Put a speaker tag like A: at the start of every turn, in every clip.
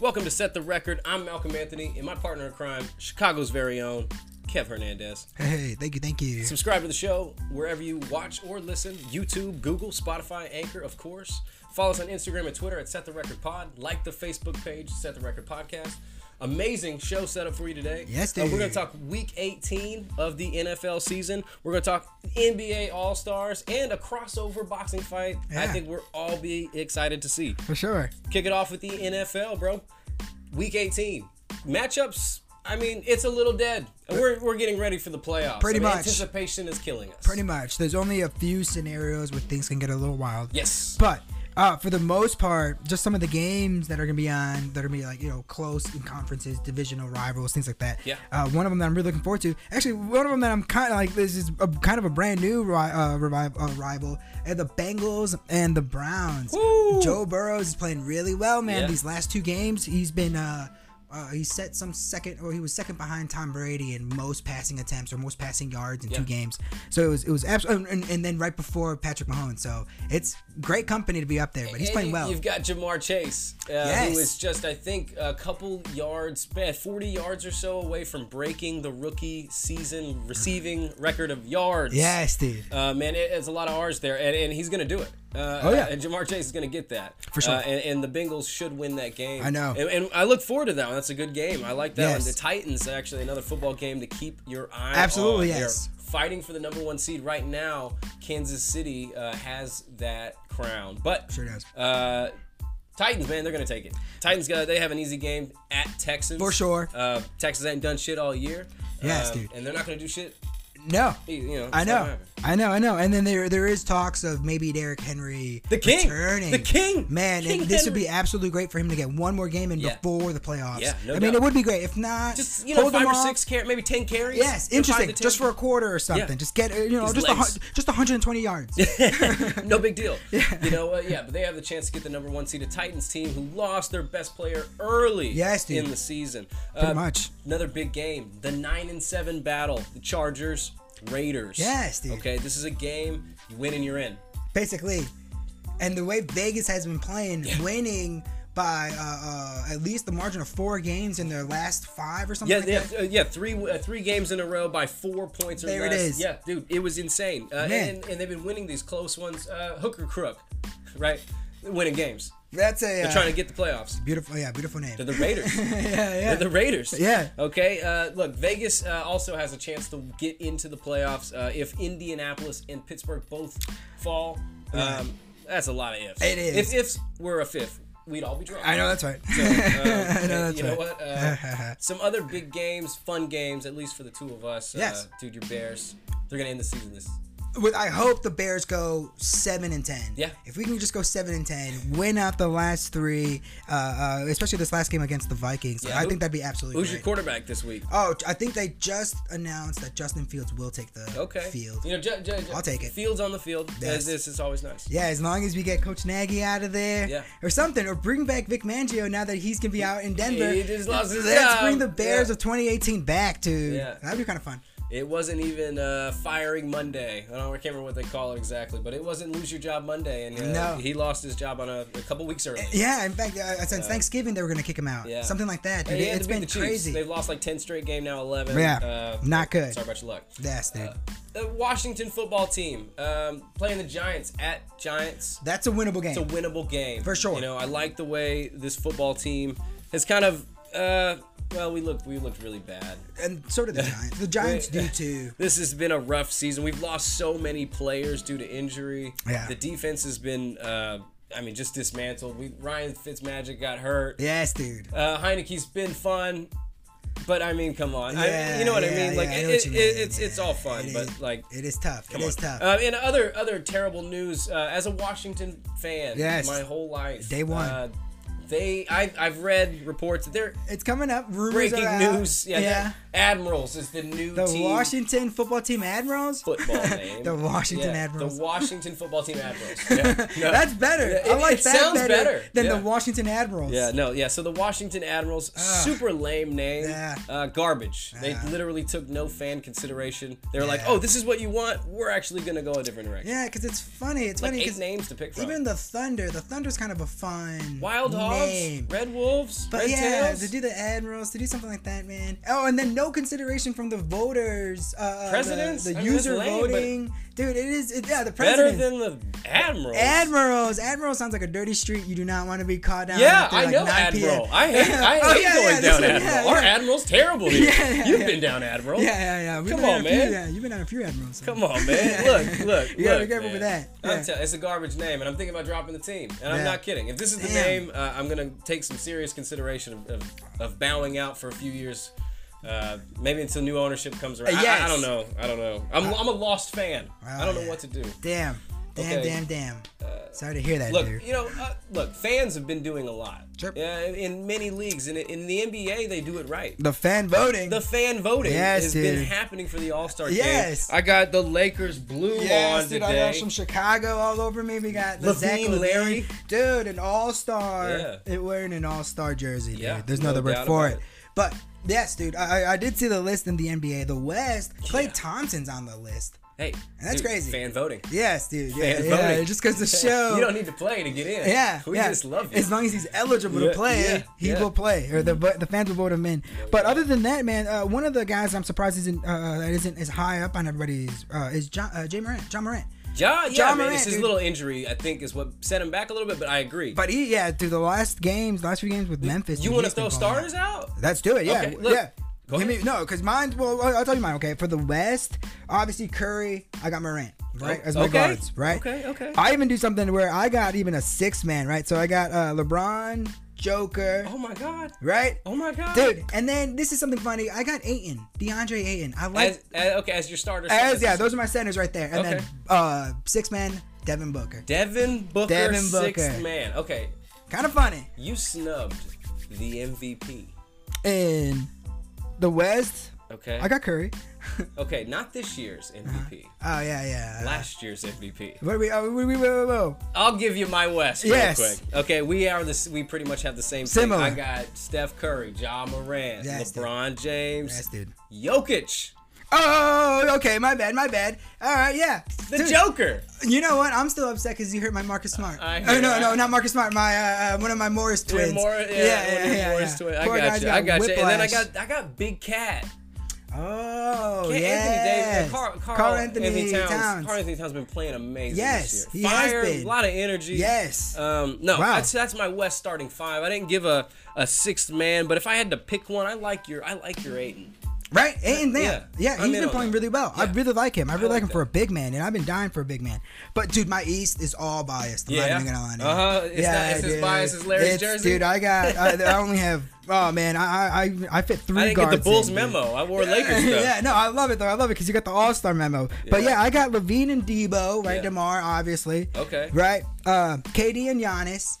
A: Welcome to Set the Record. I'm Malcolm Anthony, and my partner in crime, Chicago's very own, Kev Hernandez.
B: Hey, thank you, thank you.
A: Subscribe to the show wherever you watch or listen YouTube, Google, Spotify, Anchor, of course. Follow us on Instagram and Twitter at Set the Record Pod. Like the Facebook page, Set the Record Podcast. Amazing show set up for you today.
B: Yes,
A: Uh, We're
B: dude.
A: going to talk week 18 of the NFL season. We're going to talk NBA All Stars and a crossover boxing fight. I
B: Yeah.
A: think we're all be excited to see.
B: For sure.
A: Kick it off with the NFL, bro. Week 18. Matchups, I mean, it's a little dead. We're, we're getting ready for the playoffs.
B: Pretty
A: I mean,
B: much.
A: Anticipation is killing us.
B: Pretty much. There's only a few scenarios where things can get a little wild.
A: Yes.
B: But uh, for the most part, just some of the games that are gonna be on that are gonna be like you know close in conferences, divisional rivals, things like that.
A: Yeah.
B: Uh, one of them that I'm really looking forward to. Actually, one of them that I'm kind of like this is a, kind of a brand new ri- uh, revive, uh, rival. And the Bengals and the Browns.
A: Woo!
B: Joe Burrows is playing really well, man.
A: Yeah.
B: These last two games, he's been. Uh, uh, he set some second, or he was second behind Tom Brady in most passing attempts or most passing yards in two
A: Yeah.
B: games. So it was it was absolutely, and, and then right before Patrick Mahomes. So it's great company to be up there, but he's
A: And
B: playing
A: you-
B: well.
A: You've got Jamar Chase, uh,
B: Yes.
A: who is just, I think, a couple yards, eh, 40 yards or so away from breaking the rookie season receiving record of yards.
B: Yes, dude.
A: Uh, man, it, it's a lot of R's there, and, and he's going to do it. Uh,
B: Oh, yeah.
A: And Jamar Chase is going to get that.
B: For sure.
A: Uh, and, and the Bengals should win that game.
B: I know.
A: And, and I look forward to that one. That's a good game. I like that
B: Yes.
A: one. The Titans, actually, another football game to keep your eye
B: Absolutely,
A: on. They're
B: yes.
A: Fighting for the number one seed right now, Kansas City uh, has that crown. But
B: Sure does.
A: Uh, Titans, man, they're gonna take it. Titans got they have an easy game at Texas
B: For sure.
A: Uh, Texas ain't done shit all year.
B: Yes,
A: Uh,
B: dude.
A: And they're not gonna do shit. e,
B: No.
A: You know,
B: I
A: it's not gonna
B: know,
A: happen.
B: I know, I know, and then there there is talks of maybe Derrick Henry
A: The king.
B: returning.
A: The king.
B: man,
A: King
B: and this would
A: Henry.
B: be absolutely great for him to get one more game in
A: Yeah.
B: before the playoffs.
A: Yeah, no
B: I mean,
A: doubt.
B: it would be great if not.
A: just you know
B: hold
A: five
B: them
A: or
B: off.
A: six carries, maybe ten carries.
B: Yes,
A: Five to
B: interesting.
A: 10.
B: Just for a quarter or something.
A: Yeah.
B: Just get uh, you know
A: His
B: just a,
A: legs.
B: hun- just 120 yards.
A: no big deal. You know, uh, yeah, but they have the chance to get the number one seed. A Titans team who lost their best player early.
B: Yes, dude.
A: in the season. Uh,
B: Pretty much.
A: Another big game. The nine and seven battle. The Chargers, Raiders.
B: Yes, dude.
A: Okay, this is a game. You win and you're in.
B: basically. And the way Vegas has been playing, winning by uh, uh, at least the margin of four games in their last five or something.
A: Yeah,
B: like
A: yeah,
B: that.
A: uh, yeah. Three, uh, three games in a row by four points or
B: There it
A: less.
B: is.
A: Yeah, dude, it was insane. Uh,
B: Man.
A: and, and they've been winning these close ones. Uh, hooker crook, right? Winning games.
B: That's a uh,
A: Trying to get the playoffs.
B: beautiful, yeah, beautiful name.
A: They're the Raiders.
B: yeah, yeah.
A: They're the Raiders.
B: Yeah.
A: Okay. Uh, look, Vegas uh, also has a chance to get into the playoffs uh, if Indianapolis and Pittsburgh both fall. Um, that's a lot of ifs.
B: It
A: If
B: is.
A: ifs were a fifth, we'd all be drunk.
B: I know that's right.
A: I
B: know that's
A: you know
B: right.
A: what? Uh, some other big games, fun games, at least for the two of us.
B: Yes.
A: Uh, dude, your Bears. They're gonna end the season this.
B: With, I hope the Bears go seven and ten.
A: Yeah.
B: If we can just go seven and ten, win out the last three, uh, uh, especially this last game against the Vikings,
A: Yeah,
B: I
A: who-
B: think that'd be absolutely.
A: Who's
B: great.
A: your quarterback this week?
B: Oh, I think they just announced that Justin Fields will take the
A: Okay.
B: field.
A: You know, ju- ju- ju-
B: I'll take it.
A: Fields on the field.
B: Yes.
A: This is always nice.
B: Yeah, as long as we get Coach Nagy out of there
A: Yeah.
B: or something, or bring back Vic Mangio now that he's gonna be out in Denver.
A: He just lost his
B: Let's
A: job.
B: bring the Bears
A: Yeah.
B: of 2018 back, dude.
A: Yeah.
B: That'd be kind of fun.
A: It wasn't even uh, firing Monday. I don't I can't remember what they call it exactly, but it wasn't lose your job Monday, and uh,
B: No.
A: he lost his job on a, a couple weeks early.
B: Yeah, in fact, uh, since Thanksgiving they were gonna kick him out.
A: yeah.
B: Something like that. Dude.
A: And he had
B: It's
A: to beat
B: been
A: the Chiefs.
B: crazy.
A: They've lost like ten straight game now, eleven. Uh,
B: Yeah, not good.
A: Sorry about your luck.
B: Yes, dude.
A: Uh, The Washington football team um, playing the Giants at Giants.
B: That's a winnable game.
A: It's a winnable game
B: For sure.
A: You know, I like the way this football team has kind of. Uh, well, we looked we looked really bad.
B: and so do the Giants. The Giants do too.
A: This has been a rough season. We've lost so many players due to injury.
B: Yeah.
A: The defense has been, uh, I mean, just dismantled. We Ryan Fitzmagic got hurt.
B: Yes, dude.
A: Uh, Heineke's been fun, but I mean, come on. I,
B: Yeah,
A: you know what I
B: yeah,
A: mean? Like
B: yeah, I
A: it,
B: know what
A: it,
B: you mean.
A: it's it's all fun,
B: It
A: but
B: is-
A: like.
B: it is tough. It is tough.
A: Um, and other other terrible news. Uh, as a Washington fan,
B: Yes.
A: my whole life,
B: Day one.
A: uh, they I I've read reports that they're
B: it's coming up. Rumors
A: breaking
B: are out.
A: news. Yeah, that- Admirals is the new
B: The
A: team.
B: Washington football team Admirals.
A: football name.
B: The Washington
A: Yeah,
B: Admirals.
A: The Washington football team Admirals. Yeah, no.
B: That's better.
A: Yeah,
B: I
A: it-
B: like
A: it
B: that
A: sounds
B: better,
A: better.
B: than
A: Yeah.
B: the Washington Admirals.
A: yeah, no, yeah. So the Washington Admirals, super lame name,
B: Yeah.
A: uh, garbage. They
B: Yeah.
A: literally took no fan consideration. They were like,
B: Yeah.
A: "Oh, this is what you want. We're actually going to go a different direction."
B: Yeah, because it's funny. It's
A: like
B: funny
A: eight
B: because
A: names to pick from.
B: even the Thunder, the Thunder's kind of a fun
A: Wild
B: name.
A: Hog.
B: game.
A: Red Wolves,
B: But
A: Red
B: yeah,
A: Tails,
B: to do the admirals, to do something like that, man. Oh, and then no consideration from the voters, uh, uh, the-
A: Presidents?
B: the,
A: I mean, that's
B: user
A: lame, but-
B: voting, dude. It is, it, yeah, the
A: better
B: presidents.
A: than the Admirals.
B: Admirals, Admiral sounds like a dirty street. You do not want to be caught down.
A: yeah,
B: after,
A: I
B: like,
A: know
B: 9 PM.
A: Admiral. I hate, I hate
B: Oh, yeah,
A: going
B: yeah, this
A: down
B: one,
A: Admiral.
B: yeah,
A: Our
B: yeah.
A: Admiral's terrible here.
B: Yeah, yeah,
A: You've
B: yeah.
A: been down Admiral.
B: Yeah, yeah, yeah. We've
A: Come
B: been
A: on,
B: on, a few,
A: man.
B: Yeah, you've been on a few admirals.
A: Come on, man. Look, look.
B: You gotta
A: look,
B: be careful
A: man.
B: with that.
A: I'm
B: Yeah.
A: tell- it's a garbage name, and I'm thinking about dropping the team. And I'm
B: Yeah.
A: not kidding. If this is the
B: Damn.
A: name, uh, I'm going to take some serious consideration of, of, of bowing out for a few years. Uh, maybe until new ownership comes around. I- I- I,
B: Uh, yes. Uh,
A: don't know. I don't know. I'm, I'm a lost fan. I don't know
B: yeah.
A: what to do.
B: Damn, damn,
A: Okay. Uh,
B: damn, damn. Sorry to hear that,
A: Look,
B: dude.
A: you know, uh, look, fans have been doing a lot.
B: Sure.
A: Yeah, in many leagues, and in, in the NBA, they do it right.
B: The fan voting.
A: The fan voting
B: Yes,
A: has been
B: dude.
A: happening for the All Star
B: Yes.
A: game. I got the Lakers blue
B: Yes,
A: on
B: dude, I
A: today.
B: got some Chicago all over me. We got the Zach
A: Levine, Larry.
B: Levine. dude, an all star.
A: Yeah.
B: It wearing an all star jersey, dude.
A: Yeah,
B: There's no,
A: no
B: other word
A: doubt
B: for
A: about
B: it.
A: it.
B: But yes, dude, I, I- I did see the list in the NBA. The West, Clay Thompson's on the list.
A: hey,
B: That's
A: dude,
B: crazy.
A: Fan voting.
B: Yes, dude. Yeah,
A: Fan
B: yeah,
A: voting.
B: Just because the show.
A: You don't need to play to get in.
B: Yeah,
A: we
B: yeah.
A: just love you.
B: As long as he's eligible
A: Yeah,
B: to play,
A: yeah,
B: he
A: yeah. Mm-hmm.
B: will play, or the vo- the fans will vote him in. But other than that, man, uh, one of the guys I'm surprised isn't uh, that isn't as high up on everybody's uh, is John uh, Jay Morant. John Morant.
A: Ja, yeah,
B: Ja
A: man,
B: Morant,
A: it's his
B: dude.
A: little injury. I think is what set him back a little bit, but I agree.
B: But he, yeah, through the last games, last few games with Memphis,
A: you
B: dude,
A: want to
B: he's been
A: throw
B: balling out.
A: starters out?
B: Let's do it. Yeah,
A: Okay, look.
B: yeah.
A: Go
B: Give me-
A: ahead.
B: no, because mine. Well, I'll I'll tell you mine. Okay, for the West, obviously Curry. I got Morant. Right
A: Oh,
B: as my
A: okay.
B: guards. Right.
A: Okay, okay.
B: I even do something where I got even a six man. Right. So I got uh, LeBron, Joker.
A: Oh my god.
B: Right.
A: Oh my god.
B: Dude, and then this is something funny. I got Aiton, DeAndre Aiton. I like
A: As, as, okay, as your starter.
B: as, yeah, those are my centers right there. And then
A: Okay.
B: uh six man Devin Booker.
A: Devin Booker,
B: Devin
A: sixth
B: Booker.
A: man. Okay,
B: Kind of funny.
A: you snubbed the MVP.
B: In the West,
A: Okay.
B: I got Curry.
A: okay, not this year's MVP.
B: Oh yeah, yeah.
A: Last year's MVP.
B: What are we? Oh, we, we, we, we, we.
A: I'll give you my West real
B: Yes.
A: quick. Okay, we are this. We pretty much have the same.
B: Similar.
A: Thing. I got Steph Curry, Ja Morant,
B: Yes, dude.
A: LeBron James,
B: Yes, dude.
A: Jokic,
B: Oh, okay. My bad. My bad. All right. Yeah.
A: the
B: Dude,
A: Joker.
B: You know what? I'm still upset because you hurt my Marcus Smart.
A: I
B: oh
A: hear
B: no,
A: that.
B: no, not Marcus Smart. My uh, uh, one of my Morris twins.
A: Twin Mor- yeah, yeah, yeah, Morris Twin. I
B: Poor
A: got
B: guy's
A: you. I got you. And then I
B: whiplash.
A: got I got Big Cat.
B: Oh,
A: Yeah,
B: yes.
A: Anthony Davis. Carl, Carl, Anthony, Towns. Carl Anthony Towns been playing amazing
B: Yes,
A: this
B: he
A: year.
B: has
A: Fire,
B: been.
A: a lot of energy.
B: Yes.
A: Um, no,
B: Wow.
A: that's that's my West starting five. I didn't give a, a sixth man, but if I had to pick one, I like your I like your Aiden.
B: right? And
A: yeah,
B: yeah, yeah,
A: I'm
B: he's
A: in
B: been
A: on
B: playing
A: that.
B: really well. I
A: Yeah.
B: really like him. I really
A: I
B: like,
A: like
B: him for a big man, and I've been dying for a big man. But dude, my East is all biased. I'm
A: Yeah?
B: not even gonna lie to you.
A: Uh-huh. It's not- it's as
B: dude.
A: biased as Larry's
B: It's-
A: jersey?
B: Dude, I got. I, I only have. Oh man, I I I- I fit three.
A: I didn't get
B: guards
A: the Bulls
B: in, dude.
A: memo. I wore Lakers stuff.
B: yeah, no, I love it though. I love it because you got the All Star memo. But
A: Yeah.
B: yeah, I got Levine and Debo, right?
A: Yeah.
B: Demar, obviously.
A: Okay.
B: Right. Uh, KD and Giannis.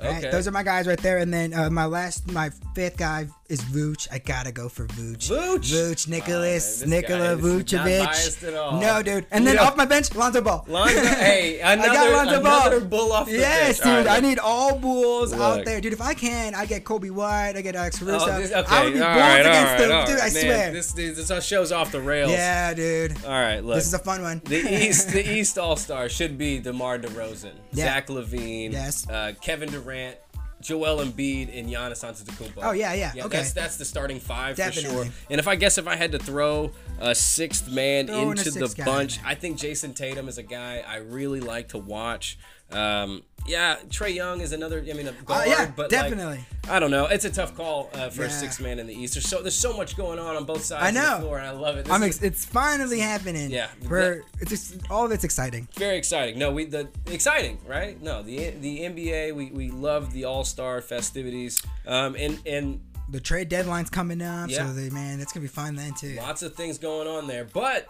B: Right?
A: Okay.
B: Those are my guys right there. And then uh, my last, my fifth guy is Vooch. I gotta go for Vooch.
A: Vooch?
B: Vooch. Nicholas.
A: Oh, man, this guy
B: Nikola
A: is not biased
B: Vucevic.
A: at all.
B: No, dude. And then
A: Yeah.
B: off my bench, Lonzo Ball.
A: Lonzo, hey, another,
B: I got Lonzo
A: another
B: Ball.
A: bull off the
B: Yes,
A: bench. All
B: dude.
A: right,
B: I need all bulls out
A: Look.
B: there, dude. If I can, I get Kobe White. I get Alex Caruso.
A: Oh, this, okay.
B: I would be
A: all
B: balls
A: right,
B: against
A: all right,
B: them,
A: all
B: dude. I
A: right. Man,
B: swear.
A: This, this, this show's off the rails.
B: yeah, dude.
A: All right, look.
B: This is a fun one.
A: the East, the East All Star should be DeMar DeRozan,
B: Yeah.
A: Zach Levine,
B: Yes.
A: uh, Kevin Durant, Joel Embiid, and Giannis Antetokounmpo.
B: Oh, yeah, yeah, okay.
A: That's that's the starting five for
B: Definitely.
A: sure. And if I guess if I had to throw a sixth man
B: Throw in a
A: into
B: sixth
A: the
B: guy in
A: bunch,
B: there.
A: I think Jason Tatum is a guy I really like to watch. Um, yeah, Trey Young is another. I mean, a guard,
B: Uh, yeah,
A: but like,
B: definitely.
A: I don't know. It's a tough call uh, for
B: Yeah.
A: a sixth man in the East. There's so there's so much going on on both sides
B: I
A: of
B: know.
A: the floor, and I love it. This
B: I'm
A: is-
B: ex- it's finally happening.
A: Yeah.
B: We're, it's just, all of it's exciting.
A: very exciting. No, we the exciting, right? No, the the NBA. We we love the All Star festivities, um, and and
B: The trade deadline's coming up,
A: Yeah.
B: so they, man, that's gonna be fun then too.
A: lots of things going on there. But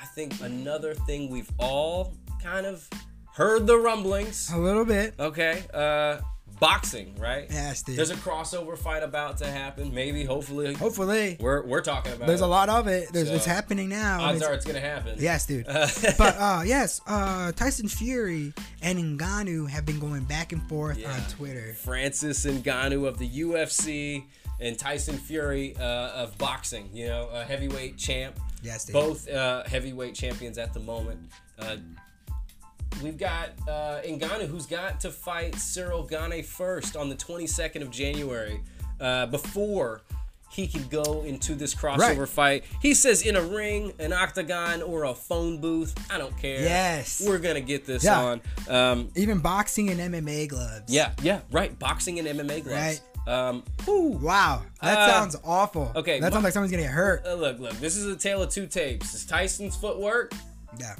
A: I think another thing we've all kind of heard the rumblings.
B: A little bit.
A: Okay, uh, boxing, right?
B: Yes, dude.
A: There's a crossover fight about to happen. Maybe, hopefully,
B: Hopefully,
A: we're we're talking about.
B: there's
A: it.
B: a lot of it. There's, it's
A: So,
B: happening now.
A: Odds
B: It's-
A: are it's gonna happen.
B: yes, dude.
A: Uh,
B: but uh, yes, uh, Tyson Fury and Ngannou have been going back and forth
A: Yeah.
B: on Twitter.
A: Francis Ngannou of the UFC and Tyson Fury uh, of boxing. You know, a heavyweight champ.
B: Yes, dude.
A: Both uh, heavyweight champions at the moment. Uh, We've got uh, Ngannou, who's got to fight Cyril Gane first on the 22nd of January uh, before he can go into this crossover
B: Right.
A: fight. He says in a ring, an octagon, or a phone booth. I don't care.
B: Yes.
A: We're going to get this
B: Yeah.
A: on. Um,
B: Even boxing and MMA gloves.
A: yeah, yeah, right. Boxing and MMA gloves. Um, whew.
B: Wow. That
A: Uh,
B: sounds awful.
A: okay,
B: That
A: my-
B: sounds like someone's gonna get hurt.
A: Uh, look, look, this is a tale of two tapes. It's Tyson's footwork,
B: Yeah.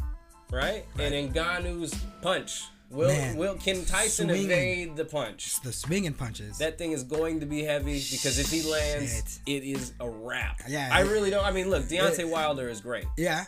A: right? And Ngannou's punch. Will,
B: Man,
A: will can Tyson
B: swinging.
A: evade the punch?
B: The swinging punches.
A: That thing is going to be heavy because if he lands, it is a wrap.
B: Yeah, Uh,
A: I
B: it-
A: really don't. I mean, look, Deontay
B: it-
A: Wilder is great,
B: yeah.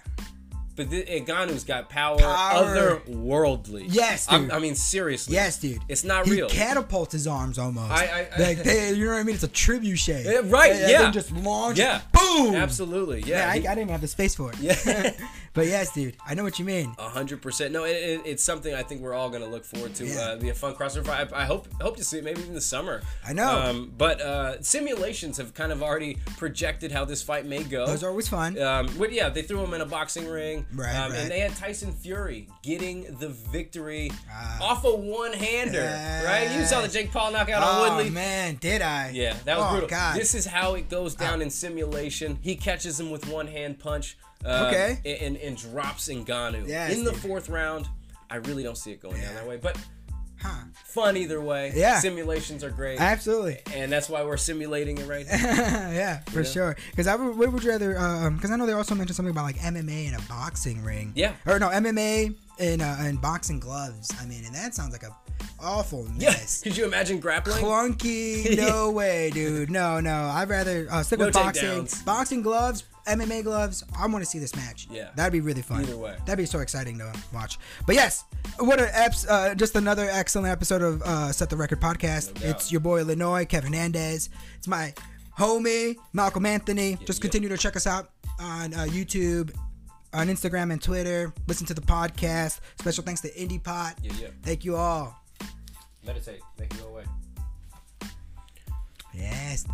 A: but th- Ngannou's got power,
B: Power.
A: otherworldly.
B: Yes,
A: I'm-
B: dude.
A: I mean, seriously.
B: Yes, dude.
A: It's not
B: he
A: real.
B: catapults his arms almost.
A: I- I- I-
B: like they, you know what I mean? It's a trebuchet.
A: Yeah, right,
B: And- and
A: yeah.
B: then just launch.
A: Yeah.
B: Boom.
A: Absolutely.
B: Yeah,
A: Yeah.
B: I, I
A: he-
B: didn't have the space for it.
A: Yeah. Uh,
B: but yes, dude. I know what you mean.
A: A hundred percent. No, it, it, it's something I think we're all gonna look forward to.
B: Yeah.
A: Uh, be a fun crossover. fight. I, I hope hope to see it maybe even the summer.
B: I know.
A: Um, but uh, simulations have kind of already projected how this fight may go.
B: Those are always fun.
A: Um, but yeah, they threw him in a boxing ring.
B: Right,
A: um,
B: right.
A: And they had Tyson Fury getting the victory
B: Ah.
A: off a one hander. Right? You saw the
B: Yes.
A: Jake Paul knockout on
B: Oh
A: Woodley.
B: man, did I?
A: Yeah, that was
B: oh,
A: brutal.
B: God.
A: This is how it goes down in simulation. He catches him with one hand punch. um,
B: Okay.
A: And, and, and drops Ngannou.
B: Yes,
A: in the
B: dude.
A: fourth round, I really don't see it going down
B: Yeah.
A: that way. But
B: huh.
A: fun either way.
B: Yeah.
A: Simulations are great.
B: Absolutely.
A: and that's why we're simulating it right now.
B: yeah, for sure. Because I would, what would you rather? Because I know they also mentioned something about like MMA and a boxing ring.
A: Yeah.
B: Or no, MMA and uh, and boxing gloves. I mean, and that sounds like a awful
A: yes.
B: mess.
A: Could you imagine grappling?
B: Clunky. No way, dude. No, no. I'd rather uh, stick
A: No
B: with boxing.
A: takedowns.
B: Boxing gloves, MMA gloves. I want to see this match.
A: Yeah.
B: That'd be really fun.
A: Either way.
B: That'd be so exciting to watch. But yes, what an eps, uh, just another excellent episode of uh, Set the Record podcast.
A: No doubt.
B: it's your boy Illinois, Kevin Hernandez. It's my homie, Malcolm Anthony. just
A: yeah.
B: continue to check us out on uh, YouTube. On Instagram and Twitter, listen to the podcast. Special thanks to Indie Pot.
A: Yeah, yeah.
B: Thank you all.
A: Meditate. Make it go away.
B: Yes.